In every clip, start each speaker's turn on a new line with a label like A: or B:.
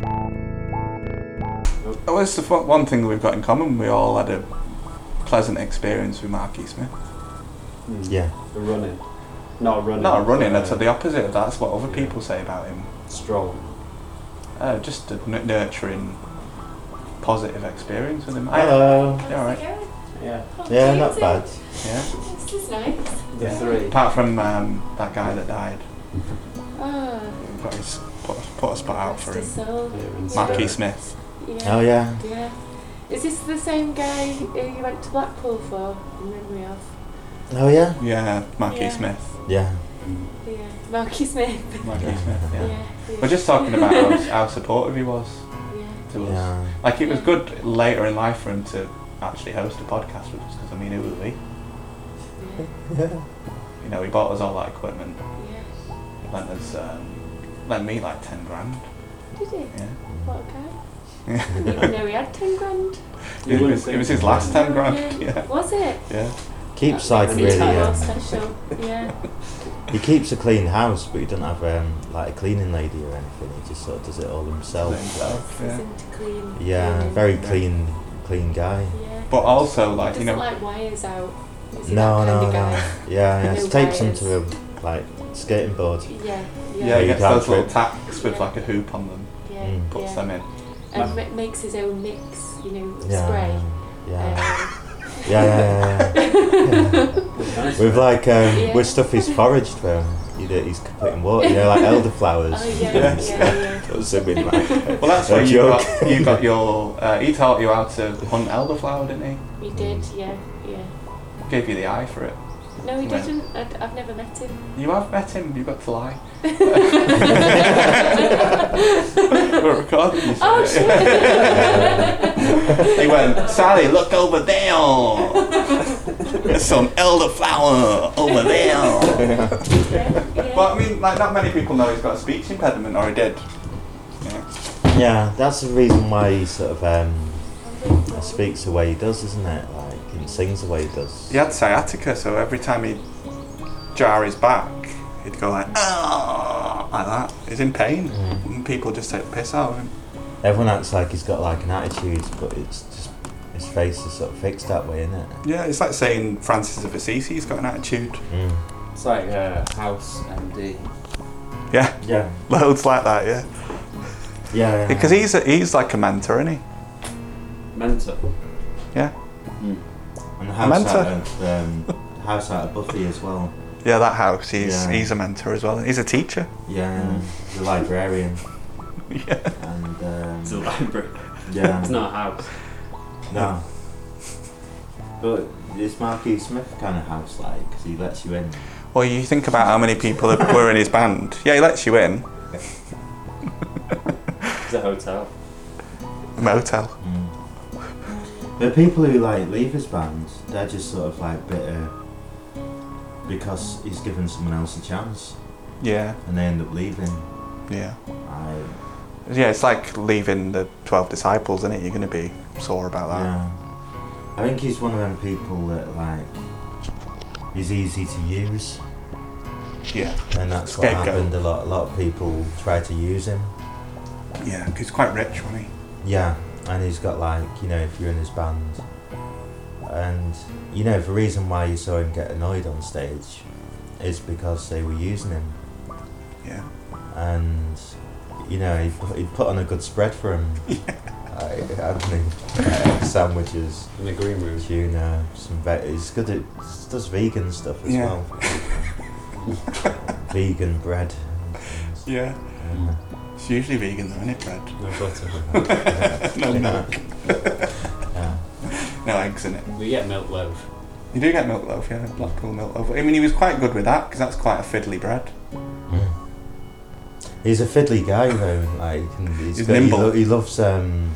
A: was Oh, the fu- one thing that we've got in common? We all had a pleasant experience with Marquis Smith.
B: Mm.
C: Yeah.
B: The running. Not running.
A: Not running,
B: but,
A: that's the opposite. That's what other
B: yeah.
A: people say about him.
B: Strong.
A: Uh, just a n- nurturing, positive experience with him. I,
C: Hello.
A: Yeah, alright.
D: "Oh,
B: Yeah.
C: Yeah, not bad.
A: yeah.
D: This is nice.
B: The
A: Yeah.
B: three.
A: Apart from um, that guy that died,
D: Ah,
A: we've got his, put, put a spot out for
D: rest
A: him.
D: his soul.
B: Clear and spirit.
A: Marquis Smith.
D: Yeah.
C: Oh yeah.
D: Yeah. Is this the same guy who you went to Blackpool for? Remember me of?
C: Oh yeah.
A: Yeah, Marquis
D: Yeah.
A: Smith.
C: Yeah.
B: Mm.
D: Yeah. Marky Smith.
A: Marquis
C: Yeah.
A: Smith, yeah.
D: Yeah. yeah.
A: We're just talking about how, how supportive he was
D: Yeah.
A: to us.
C: Yeah.
A: Like it was good later in life for him to actually host a podcast with us because I mean who would we?
D: Yeah.
A: You know, he bought us all that equipment,
D: yeah.
A: lent us, um, lent me like ten grand.
D: Did he?
A: Yeah,
D: What a guy.
A: yeah.
D: I didn't even know he had 10 grand.
B: You
A: it,
B: wouldn't
A: was, it
B: think-
A: was his last ten grand.
D: Yeah.
A: Yeah,
D: Was it?
A: yeah.
C: Keeps like
B: That's
C: really.
B: entirely
C: um,
D: special. Yeah.
C: he keeps a clean house, but he doesn't have um, like a cleaning lady or anything. He just sort of does it all himself.
A: Himself, yeah.
D: Isn't clean.
C: Yeah.
D: clean.
C: Very clean, clean guy.
D: Yeah.
A: But also like
D: Doesn't
A: you know,
D: like wires out. Is he
C: No,
D: that kind
C: no, no.
D: of guy?
C: Yeah, yeah.
D: No
C: Tapes him
D: wires.
C: to a like skating board.
D: Yeah, yeah,
A: yeah, he
C: you
A: gets
C: can't
A: those little
C: trip.
A: tacks with
D: Yeah.
A: like a hoop on them,
D: yeah,
C: Mm.
A: puts
D: yeah.
A: them in.
D: And ma- makes his own mix, you know,
C: Yeah.
D: spray.
C: Yeah.
D: Um,
C: Yeah. Yeah. yeah, yeah,
B: Nice.
C: yeah. With like um,
D: Yeah.
C: with stuff he's foraged from. He did, he's putting water. You know, like elderflowers.
D: oh yeah, yeah,
A: Yeah.
D: yeah,
C: Puts them in like.
A: Well, that's
C: a
A: where you
C: joke.
A: got you got your. Uh, he taught you how to hunt elderflower, didn't
D: We did,
A: Mm.
D: yeah, yeah.
A: he? Gave you the eye for it.
D: No, he
A: Well.
D: didn't. I, I've never met him.
A: You have met him. You've got to lie. We're
D: oh
A: recording this.
D: shit!
A: he went, Sally, look over there. There's some elderflower over there.
D: Yeah, yeah.
A: But I mean, like, not many people know he's got a speech impediment, or he did. Yeah.
C: Yeah, that's the reason why he sort of um, speaks the way he does, isn't it? Like and sings the way he does.
A: He had sciatica, so every time he'd jar his back, he'd go like, ah, like that. He's in pain.
C: Mm.
A: And people just take the piss out of him.
C: Everyone acts like he's got like an attitude, but it's just his face is sort of fixed that way, isn't it?
A: Yeah, it's like saying Francis of Assisi's got an attitude.
C: Mm.
B: It's like uh, House MD.
A: Yeah,
C: Yeah.
A: loads like that, yeah.
C: Yeah.
A: Because he's a, he's like a mentor, isn't he?
B: Mentor.
A: Yeah.
B: Hmm.
C: and house
A: Mentor.
C: out of um, house out of Buffy as well.
A: Yeah, that house. He's
C: Yeah.
A: he's a mentor as well. He's a teacher.
C: Yeah, the librarian
A: Yeah.
C: and um,
B: It's a library.
C: yeah.
B: It's not a house.
C: No. But it's Marky Smith kind of house like because he lets you in.
A: Well, you think about how many people have- were in his band. Yeah, he lets you in.
B: It's a hotel.
A: Motel.
C: Mm. The people who like leave his band, they're just sort of like bitter because he's given someone else a chance,
A: Yeah.
C: and they end up leaving.
A: Yeah.
C: I
A: Yeah, it's like leaving the twelve disciples, isn't it? You're gonna be sore about that.
C: yeah, I think he's one of them people that like is easy to use,
A: Yeah.
C: and that's what
A: Scapegoat.
C: happened. A lot, a lot of people try to use him.
A: Yeah, 'cause he's quite rich, wasn't he?
C: Yeah, and he's got like you know if you're in his band, and you know the reason why you saw him get annoyed on stage is because they were using him.
A: Yeah.
C: and you know he put, he put on a good spread for him. I, I don't know, uh, sandwiches,
B: In the green room.
C: tuna, some veg. He's good at he does vegan stuff as
A: Yeah.
C: well. vegan bread. and things.
A: Yeah.
C: Um,
A: It's usually vegan though, isn't it, bread?
B: No butter.
A: no milk.
C: yeah.
A: No eggs in it.
B: we get milk loaf.
A: You do get milk loaf, yeah, Blackpool milk loaf. I mean, he was quite good with that because that's quite a fiddly bread.
C: Mm. He's a fiddly guy though. Like he can- he's
A: He's
C: got-
A: nimble.
C: He, lo- he loves um,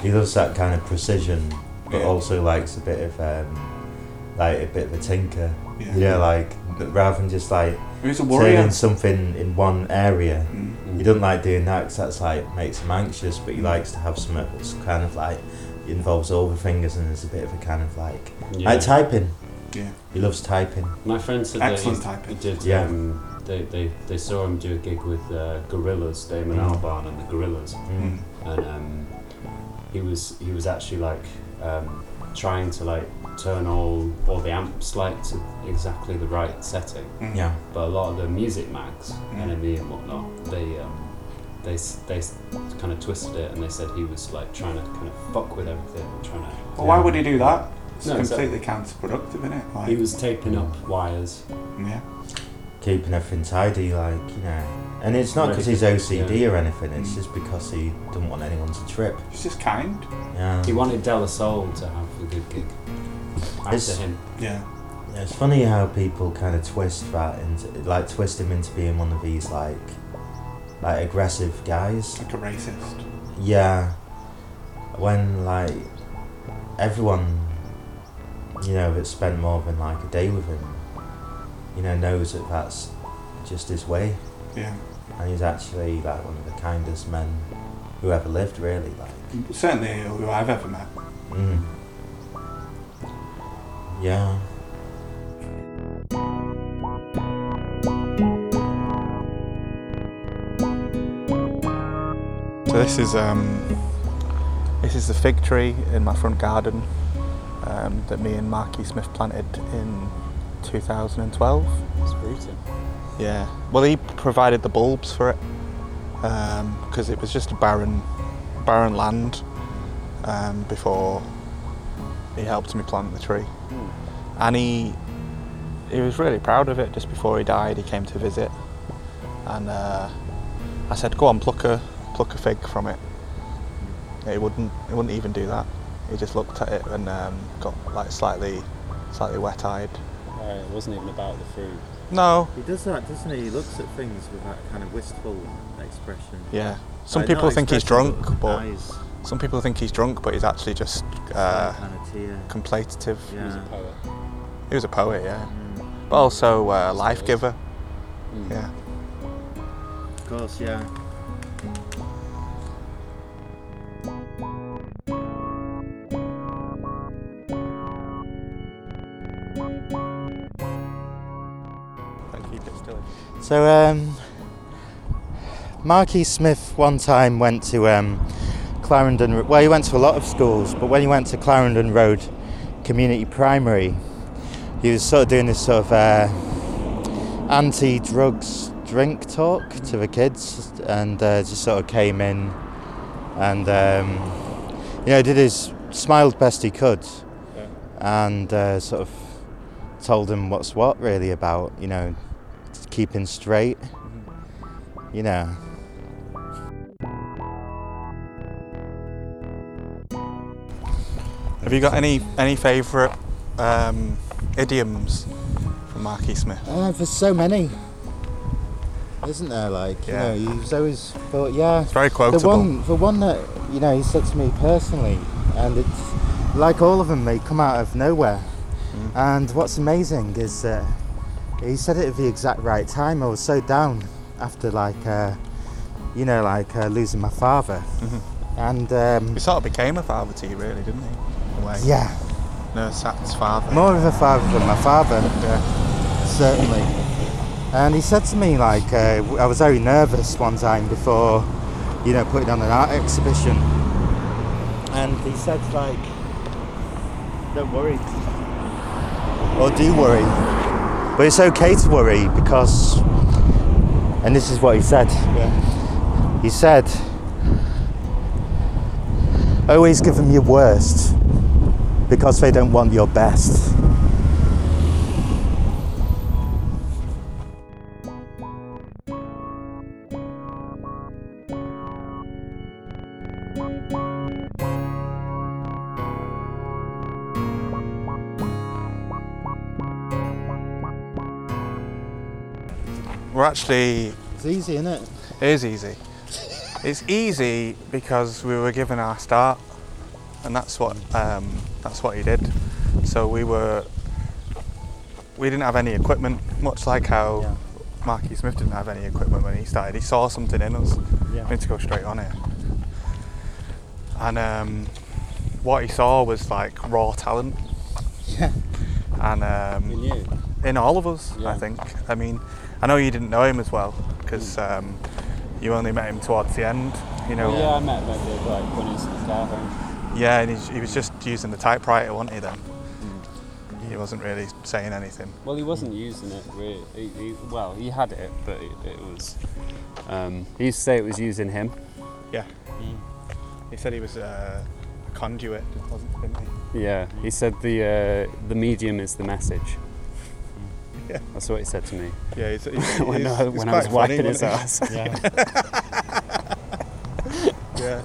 C: he loves that kind of precision, but
A: Yeah.
C: also likes a bit of um, like a bit of a tinker.
A: Yeah.
C: Yeah, like rather than just like
A: He was a warrior.
C: turning something in one area.
A: Mm.
C: He doesn't like doing that because that's like makes him anxious. But he likes to have something that's kind of like involves all the fingers and there's a bit of a kind of like
B: Yeah.
C: like typing.
A: Yeah.
C: He loves typing.
B: My friend said
A: Excellent
B: that he,
A: typing.
B: he did.
C: Yeah.
B: Um, they, they, they saw him do a gig with uh, Gorillas, Damon
C: Mm.
B: Albarn and the Gorillas,
C: Mm.
B: and um, he was he was actually like um, trying to like turn all all the amps like to exactly the right setting.
E: Mm.
C: Yeah.
B: But a lot of the music mags,
E: Mm.
B: enemy and whatnot, they um, they s- they kind of twisted it and they said he was like trying to kind of fuck with everything, and trying to.
E: Well, why would he do that? It's
B: No,
E: completely counterproductive, isn't it? Like,
B: He was taping up wires.
A: mm,
E: yeah.
C: keeping everything tidy, like, you know. And it's not because he's OCD or anything, it's just because he didn't want anyone to trip.
E: He's just kind.
C: Yeah.
B: He wanted De La Soul to have a good gig after
C: It's-
B: him.
E: Yeah.
C: It's funny how people kind of twist that into, like, twist him into being one of these, like, like aggressive guys.
E: Like a racist.
C: Yeah. When, like, everyone, you know, that spent more than, like, a day with him, you know, knows that that's just his way.
E: Yeah.
C: And he's actually, like, one of the kindest men who ever lived, really, like.
E: Certainly who I've ever met.
C: Mm. Yeah.
A: So this is um, this is the fig tree in my front garden um, that me and Marky Smith planted in 2012.
B: It's brutal.
A: Yeah. Well, he provided the bulbs for it because it was just a barren, barren land um, before he helped me plant the tree. And he he was really proud of it. Just before he died, he came to visit, and uh, I said, "Go on, pluck a pluck a fig from it." Yeah, he wouldn't. He wouldn't even do that. He just looked at it and um, got like slightly slightly wet-eyed.
B: Right, it wasn't even about the food.
A: No.
F: He does that, doesn't he? He looks at things with that kind of wistful expression.
A: Yeah. Some
F: Like,
A: people
F: not
A: think he's
F: expression,
A: drunk, but
F: eyes,
A: Some people think he's drunk, but he's actually just uh,
F: kind of tear.
A: contemplative.
B: He's a
F: Yeah.
B: poet.
A: He was a poet, yeah,
F: Mm.
A: but also uh, life giver.
B: Mm.
A: Yeah.
F: Of course, yeah.
C: So, um, Marquis Smith one time went to um, Clarendon. Ro- Well, he went to a lot of schools, but when he went to Clarendon Road Community Primary, he was sort of doing this sort of uh, anti-drugs drink talk to the kids, and uh, just sort of came in and um, you know did his smiled best he could, and uh, sort of told him what's what really about you know keeping straight.
A: Mm-hmm.
C: You know.
A: Have you got any any favourite um, idioms from Marky Smith?
C: Uh, there's so many, isn't there? Like,
A: Yeah.
C: you know, he's always thought, yeah.
A: It's very
C: The
A: quotable.
C: one, the one that you know, he said to me personally, and it's like all of them, they come out of nowhere.
A: Mm-hmm.
C: And what's amazing is uh, he said it at the exact right time. I was so down after like, uh, you know, like uh, losing my father,
A: Mhm.
C: and um,
A: He sort of became a father to you, really, didn't he? In a way.
C: yeah.
A: No, Sat's father.
C: more of a father than my father, uh, certainly. And he said to me, like, uh, w- I was very nervous one time before, you know, putting on an art exhibition. And he said, like, don't worry. Or do worry. But it's okay to worry because, and this is what he said. He said, always give them your worst because they don't want your best.
A: We're actually
C: It's easy, isn't it?
A: It is easy. it's easy because we were given our start, and that's what um, that's what he did. So we were we didn't have any equipment, much like how Marky Smith didn't have any equipment when he started. He saw something in us.
C: Yeah.
A: We need to go straight on it. And um, what he saw was like raw talent.
C: Yeah.
A: And um,
B: Mm. He knew.
A: in all of us, I
B: Yeah.
A: think. I Mm. mean, I know you didn't know him as well because um, you only met him towards the end. you know.
B: Well, yeah, I met him over like when he was in the car home.
A: Yeah, and he, he was just using the typewriter, wasn't he? Then he wasn't really saying anything.
B: Well, he wasn't using it really. He, he, well, he had it, but it, it was. Um, he used to say it was using him.
A: Yeah.
C: Mm,
A: He said he was uh, a conduit, wasn't didn't he?
B: Yeah, he said the uh, the medium is the message.
C: mm.
A: Yeah.
B: That's what he said to me
A: Yeah, he's, he's,
B: when,
A: he's-
B: I,
A: he's
B: when I
A: quite
B: was
A: funny,
B: wiping
A: wasn't
B: his
A: he?
B: ass.
C: Yeah.
A: Yeah.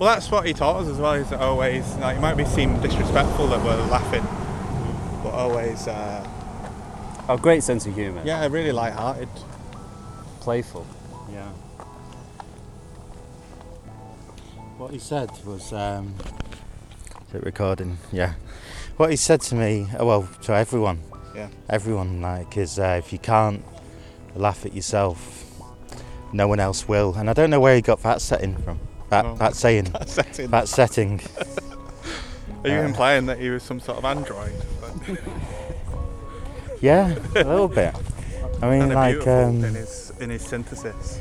A: Well, that's what he taught us as well. Is that always like it might be seem disrespectful that we're laughing, but always uh,
B: oh, great sense of humour.
A: yeah, really light-hearted.
B: Playful.
C: yeah. What he said was. Um, is it recording? Yeah. What he said to me, uh, well, to everyone,
A: Yeah.
C: everyone, like, is uh, if you can't laugh at yourself, no one else will. And I don't know where he got that setting from. That,
A: Oh.
C: that saying.
A: Setting.
C: that setting.
A: Are you
C: uh,
A: implying that he was some sort of android?
C: Yeah, a little bit. I mean,
A: and a
C: like,
A: beautiful
C: um,
A: in his in his synthesis.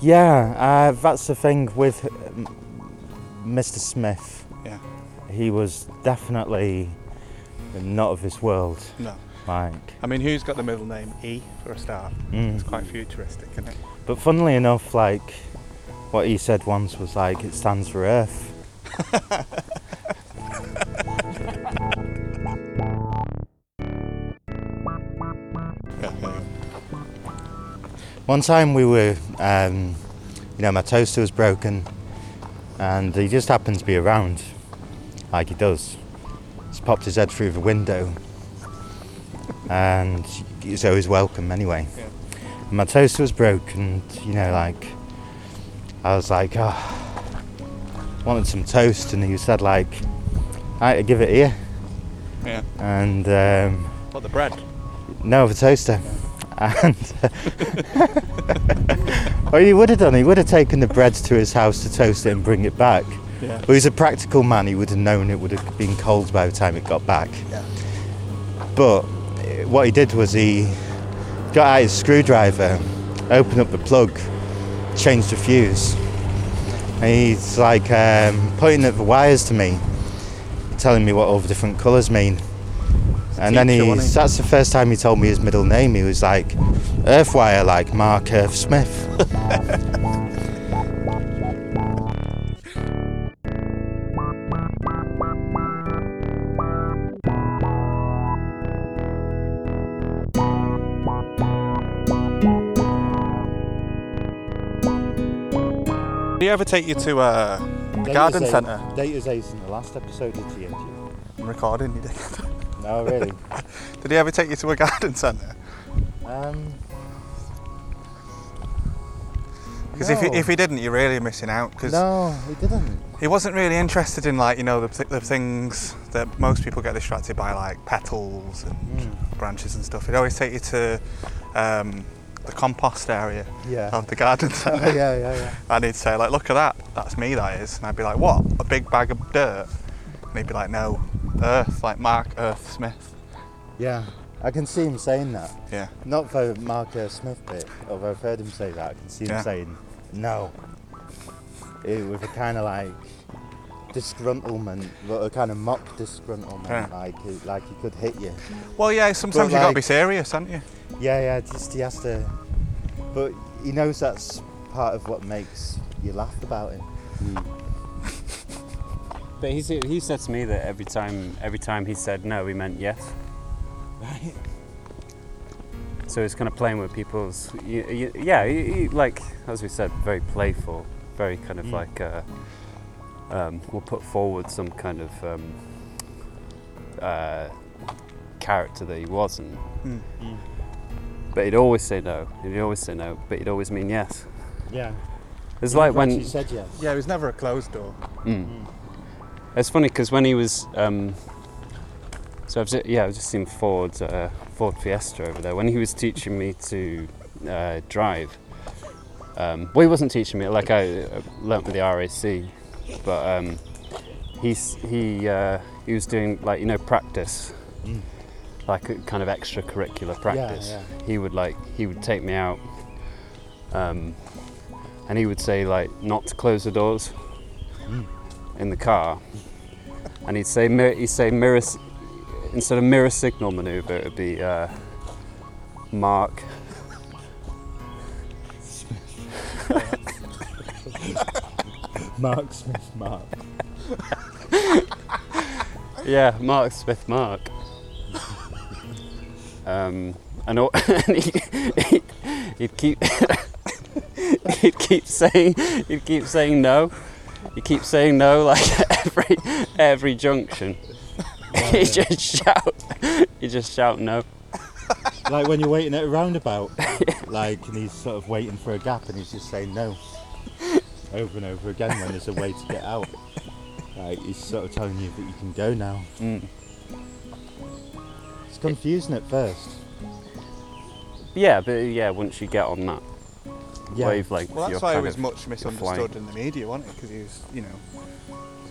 C: Yeah, uh, that's the thing with um, Mr. Smith.
A: Yeah.
C: He was definitely not of this world.
A: No.
C: Like,
A: I mean, who's got the middle name E for a start?
C: mm.
A: It's quite futuristic, isn't it?
C: but funnily enough, like what he said once was like it stands for Earth. One time we were, um, you know, my toaster was broken, and he just happened to be around, like he does. He's popped his head through the window, and he's always welcome anyway.
A: Yeah.
C: And my toaster was broke, and you know, like I was like, oh, wanted some toast, and he said like, I give it here,
A: Yeah.
C: and um,
A: What the bread?
C: no, the toaster. And well, he would have done. He would have taken the bread to his house to toast it and bring it back.
A: Yeah.
C: But he's a practical man. He would have known it would have been cold by the time it got back.
A: Yeah.
C: But eh, what he did was he got out his screwdriver, opened up the plug, changed the fuse. And he's like um, pointing at the wires to me, telling me what all the different colours mean. And then
A: teacher,
C: he,
A: wasn't he?
C: that's the first time he told me his middle name. He was like, Earthwire, like Mark Earth Smith.
A: Do you ever take you to uh, the garden centre?
C: Data's Ace in the last episode, did he? No,
A: I'm recording. You did.
C: really.
A: Did he ever take you to a garden centre?
C: um,
A: Because if,
C: No.
A: he- if he didn't, you're really missing out. Because
C: no, he didn't.
A: he wasn't really interested in like you know the, th- the things that most people get distracted by, like petals and branches and stuff. He'd always take you to um, the compost area
C: Yeah.
A: of the garden centre,
C: yeah, yeah,
A: and he'd say like, "Look at that, that's me, that is." And I'd be like, "What? A big bag of dirt?" And he'd be like, "No, Earth, like Mark Earth Smith."
C: yeah. Yeah, I can see him saying that.
A: Yeah,
C: Not for Mark uh, Smith bit, although I've heard him say that. I can see him
A: Yeah.
C: saying no. It, with a kind of like disgruntlement, but a kind of mock disgruntlement,
A: Yeah.
C: like he, like he could hit you.
A: Well, yeah. Sometimes
C: But,
A: you've got to
C: like-
A: be serious, haven't you?
C: Yeah, yeah. Just he has to, but he knows that's part of what makes you laugh about him.
B: But he said, he said to me that every time every time he said no, he meant yes.
C: Right.
B: So he's kind of playing with people's, y y yeah, he, he, like as we said, very playful, very kind
C: Hmm.
B: of like uh, um, we'll put forward some kind of um, uh, character that he wasn't.
A: Mm.
B: But he'd always say no. He'd always say no, but he'd always mean yes.
C: Yeah.
B: It's like when
C: you said yes.
A: Yeah, it was never a closed door.
B: It's funny because when he was, um, so I've just, yeah, I've just seen Ford uh, Ford Fiesta over there. When he was teaching me to uh, drive, um, well, he wasn't teaching me. Like I uh, learnt with the RAC, but um, he's he uh, he was doing like you know practice, like a kind of extracurricular practice.
C: yeah.
B: He would like he would take me out. Um, and he would say like not to close the doors in the car, and he'd say mir- he'd say mirror s- instead of mirror signal maneuver, it would be uh, mark.
C: Mark Smith, Mark.
B: Yeah, Mark Smith Mark. um, and, all, and he, he, he'd keep he'd keep saying he'd keep saying no. He'd keep saying no like at every every junction. he just shout he just shout no.
C: like when you're waiting at a roundabout, like, and he's sort of waiting for a gap and he's just saying no over and over again when there's a way to get out. Like, he's sort of telling you that you can go now.
B: Mm.
C: It's confusing at first.
B: Yeah, but yeah, once you get on that wavelength,
A: Well,
B: you're
A: that's why he
B: kind
A: was
B: of-
A: much
B: flying.
A: misunderstood in the media, wasn't it? Because he was, you know,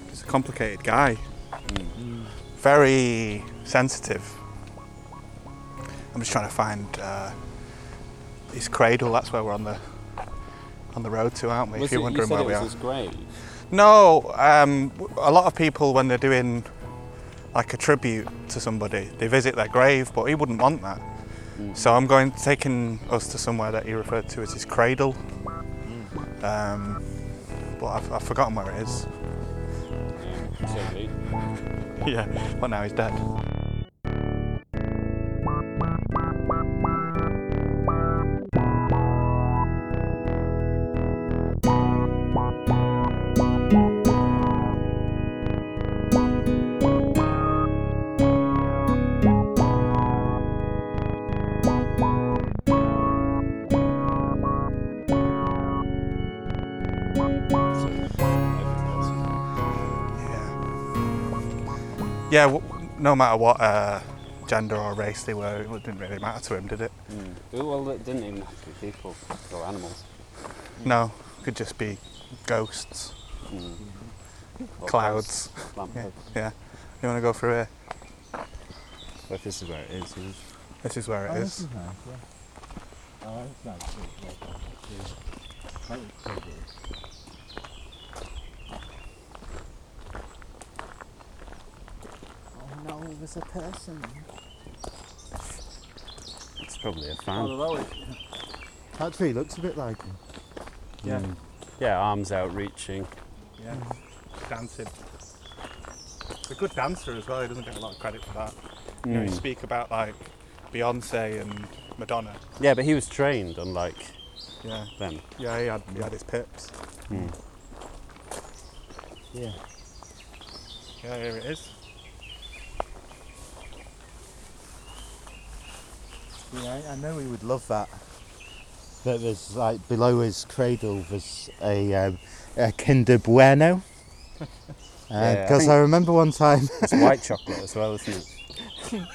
A: he's a complicated guy,
B: Hmm.
A: very sensitive. I'm just trying to find uh, his cradle. That's where we're on the on the road to, aren't we? if
B: Was
A: you're
B: it- you
A: wondering
B: said
A: where
B: it
A: we
B: was
A: are.
B: his grave.
A: No, um, w- a lot of people when they're doing like a tribute to somebody, they visit their grave, but he wouldn't want that.
B: Hmm.
A: So I'm going taking us to somewhere that he referred to as his cradle. Um, but I've, I've forgotten where it is. yeah, but now he's dead. Yeah. Yeah. W- no matter what uh, gender or race they were, it didn't really matter to him, did it?
B: Ooh, well, it didn't even have to be people or animals.
A: No, could just be ghosts,
B: Or
A: clouds. Yeah.
B: lampposts.
A: yeah. You want to go through here?
B: Well, if this is where it is, yeah.
A: Oh, This is where it is.
B: it's probably a fan.
F: Although
C: That tree looks a bit like him.
A: Yeah.
B: Yeah, arms out reaching.
A: Yeah. Dancing. He's a good dancer as well. He doesn't get a lot of credit for that. You know, you speak about like Beyonce and Madonna.
B: Yeah, but he was trained, unlike
A: Yeah.
B: them.
A: Yeah, he had, he had his pips.
C: Yeah.
A: Yeah, here it is.
C: Yeah, I, I know he would love that. That there's like below his cradle there's a, um, a Kinder Bueno.
B: Yeah, I
C: Because
B: think-
C: I remember one time
B: It's white chocolate as well, isn't it?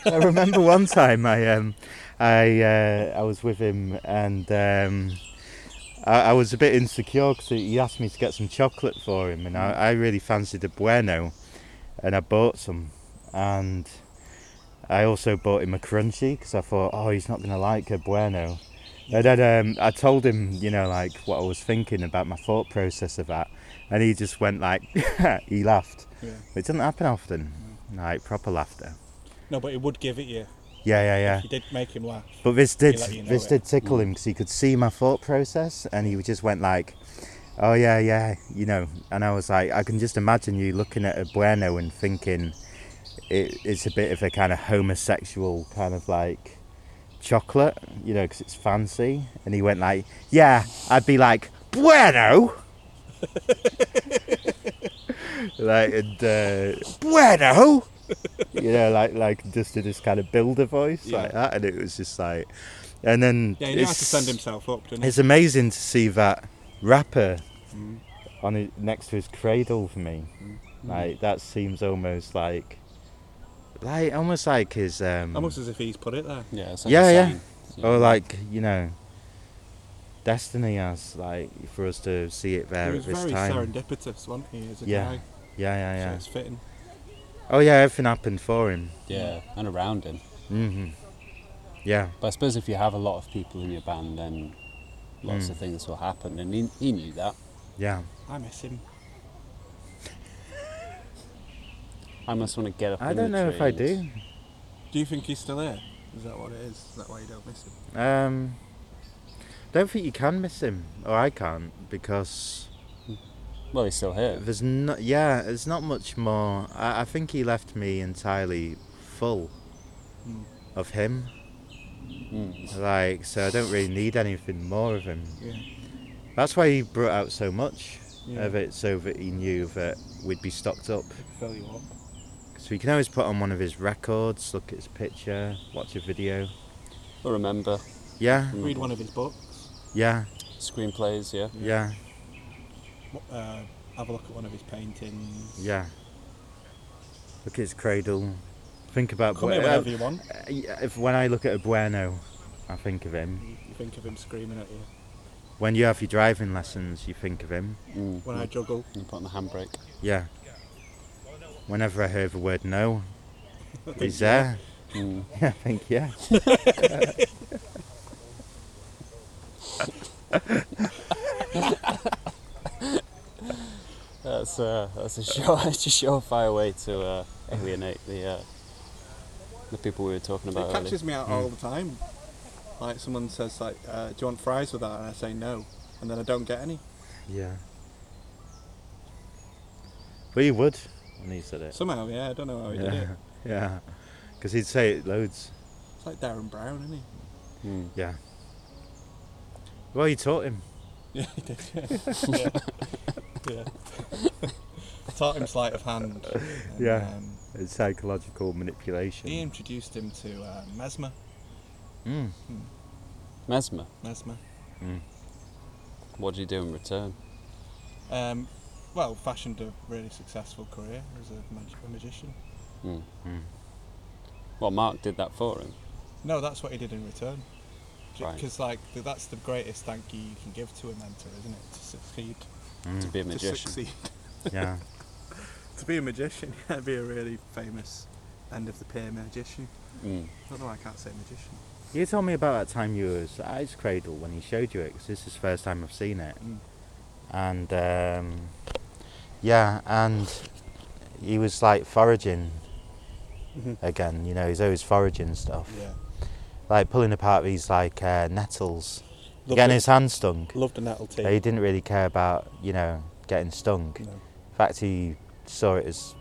C: I remember one time I um I uh, I was with him and um I, I was a bit insecure because he asked me to get some chocolate for him and I, I really fancied a bueno and I bought some and I also bought him a crunchy because I thought oh he's not gonna like a bueno and then um, I told him you know like what I was thinking about my thought process of that and he just went like he laughed
A: Yeah.
C: it doesn't happen often like proper laughter.
A: No, but he would give it you.
C: Yeah, yeah, yeah.
A: did make him laugh.
C: But this did
A: let you know
C: this
A: it.
C: did tickle him because he could see my thought process, and he just went like, "Oh yeah, yeah," you know. And I was like, I can just imagine you looking at a bueno and thinking it, it's a bit of a kind of homosexual kind of like chocolate, you know, because it's fancy. And he went like, "Yeah," I'd be like, "Bueno." like and uh, bueno you know like like just did this kind of builder voice like that and it was just like and then it's-
A: himself up, didn't
C: it's amazing to see that rapper on it next to his cradle for me like that seems almost like like almost like his um
A: as if he's put it there.
B: Yeah, it's
C: Yeah,
B: a
C: yeah.
B: sign.
C: or like you know destiny has like for us to see it there at this time
A: serendipitous, wasn't he, as
C: a Yeah. guy? yeah yeah yeah
A: fitting.
C: oh yeah everything happened for him
B: Yeah, and around him.
C: hmm yeah
B: But I suppose if you have a lot of people in your band, then
C: Hmm.
B: lots of things will happen, and he, he knew that.
C: Yeah.
G: I miss him.
B: I must want to get up.
C: I
B: in
C: don't
B: the
C: know if I
B: trees.
C: do.
A: Do you think he's still here? Is that what it is? Is that why you don't miss him?
C: Um, don't think you can miss him, or I can't, because
B: Well, he's still here.
C: there's not. Yeah, there's not much more. I, I think he left me entirely full
A: Hmm.
C: of him.
B: Mm.
C: Like, so I don't really need anything more of him.
A: Yeah.
C: That's why he brought out so much
A: Yeah.
C: of it, so that he knew that we'd be stocked up.
A: Fill you up.
C: So you can always put on one of his records, look at his picture, watch a video.
B: Well, remember
C: Yeah,
A: Read one of his books.
C: yeah,
B: screenplays, yeah.
C: yeah,
A: w- Uh, have a look at one of his paintings.
C: yeah. Look at his cradle. Think about
A: Come
C: Bue-
A: here whenever you want.
C: uh, yeah, if when I look at a Bueno, I think of him.
A: You think of him screaming at you.
C: When you have your driving lessons, you think of him.
B: Mm.
A: When
C: Hmm.
A: I juggle,
B: You put on the handbrake.
C: Yeah. Whenever I hear the word no, he's there.
B: Mm.
C: I think yeah.
B: That's uh, that's a sure, it's a surefire way to uh, alienate the uh, the people we were talking
A: it
B: about earlier.
A: catches me out all the time. Like someone says, like, uh, "Do you want fries with that?" and I say no, and then I don't get any.
C: Yeah. But he would when he said it.
A: Somehow, yeah, I don't know how Oh, he did it.
C: yeah. Yeah. Because he'd say it loads.
A: It's like Darren Brown, isn't he?
B: Mm.
C: Yeah. Well, you taught him.
A: Yeah, he did. Yeah. yeah. Taught him sleight of hand. and,
C: Yeah.
A: um,
C: It's psychological manipulation.
A: he introduced him to uh, mesmer.
C: Mm.
B: Mesmer,
A: Mesmer.
B: what do you do in return?
A: Um, well, fashioned a really successful career as a, mag- a magician.
B: Mm. Well, Mark did that for him.
A: No, that's what he did in return.
B: Right.
A: Because like th- that's the greatest thank you you can give to a mentor, isn't it? To succeed.
B: to be a magician.
A: To succeed.
C: Yeah.
A: To be a magician, yeah, be a really famous end of the peer magician.
B: Mm.
A: I don't know why I can't say magician.
C: You told me about that time you was at his cradle when he showed you it, 'cause this is the first time I've seen it.
A: Mm.
C: And um, yeah, and he was like foraging
A: Mhm.
C: again. You know, he's always foraging stuff,
A: Yeah.
C: like pulling apart these like uh, nettles,
A: Loved
C: getting
A: it.
C: his hand stung.
A: Loved a nettle tea.
C: But He didn't really care about you know getting stung.
A: No,
C: In fact, he saw it as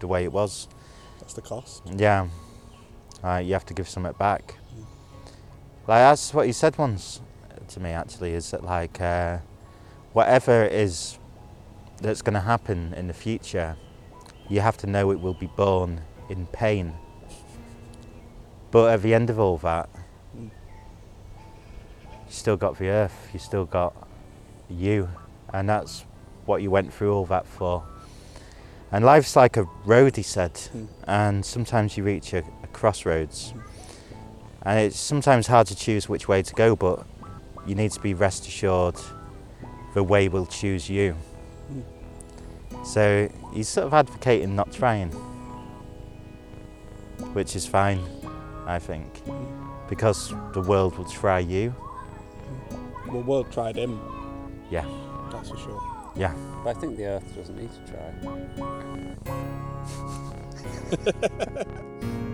C: the way it was.
A: that's the cost.
C: Yeah. Like you have to give something back. Like that's what he said once to me actually is that like uh, whatever it is that's going to happen in the future, you have to know it will be born in pain. But at the end of all that,
A: Mm.
C: you still got the earth. You still got you, and that's what you went through all that for. And life's like a road, he said
A: Mm.
C: and sometimes you reach a, a crossroads and it's sometimes hard to choose which way to go but you need to be rest assured the way will choose you so he's sort of advocating not trying which is fine i think because the world will try you
A: Well, world tried him.
C: Yeah.
A: That's for sure.
C: yeah
B: But I think the Earth doesn't need to try.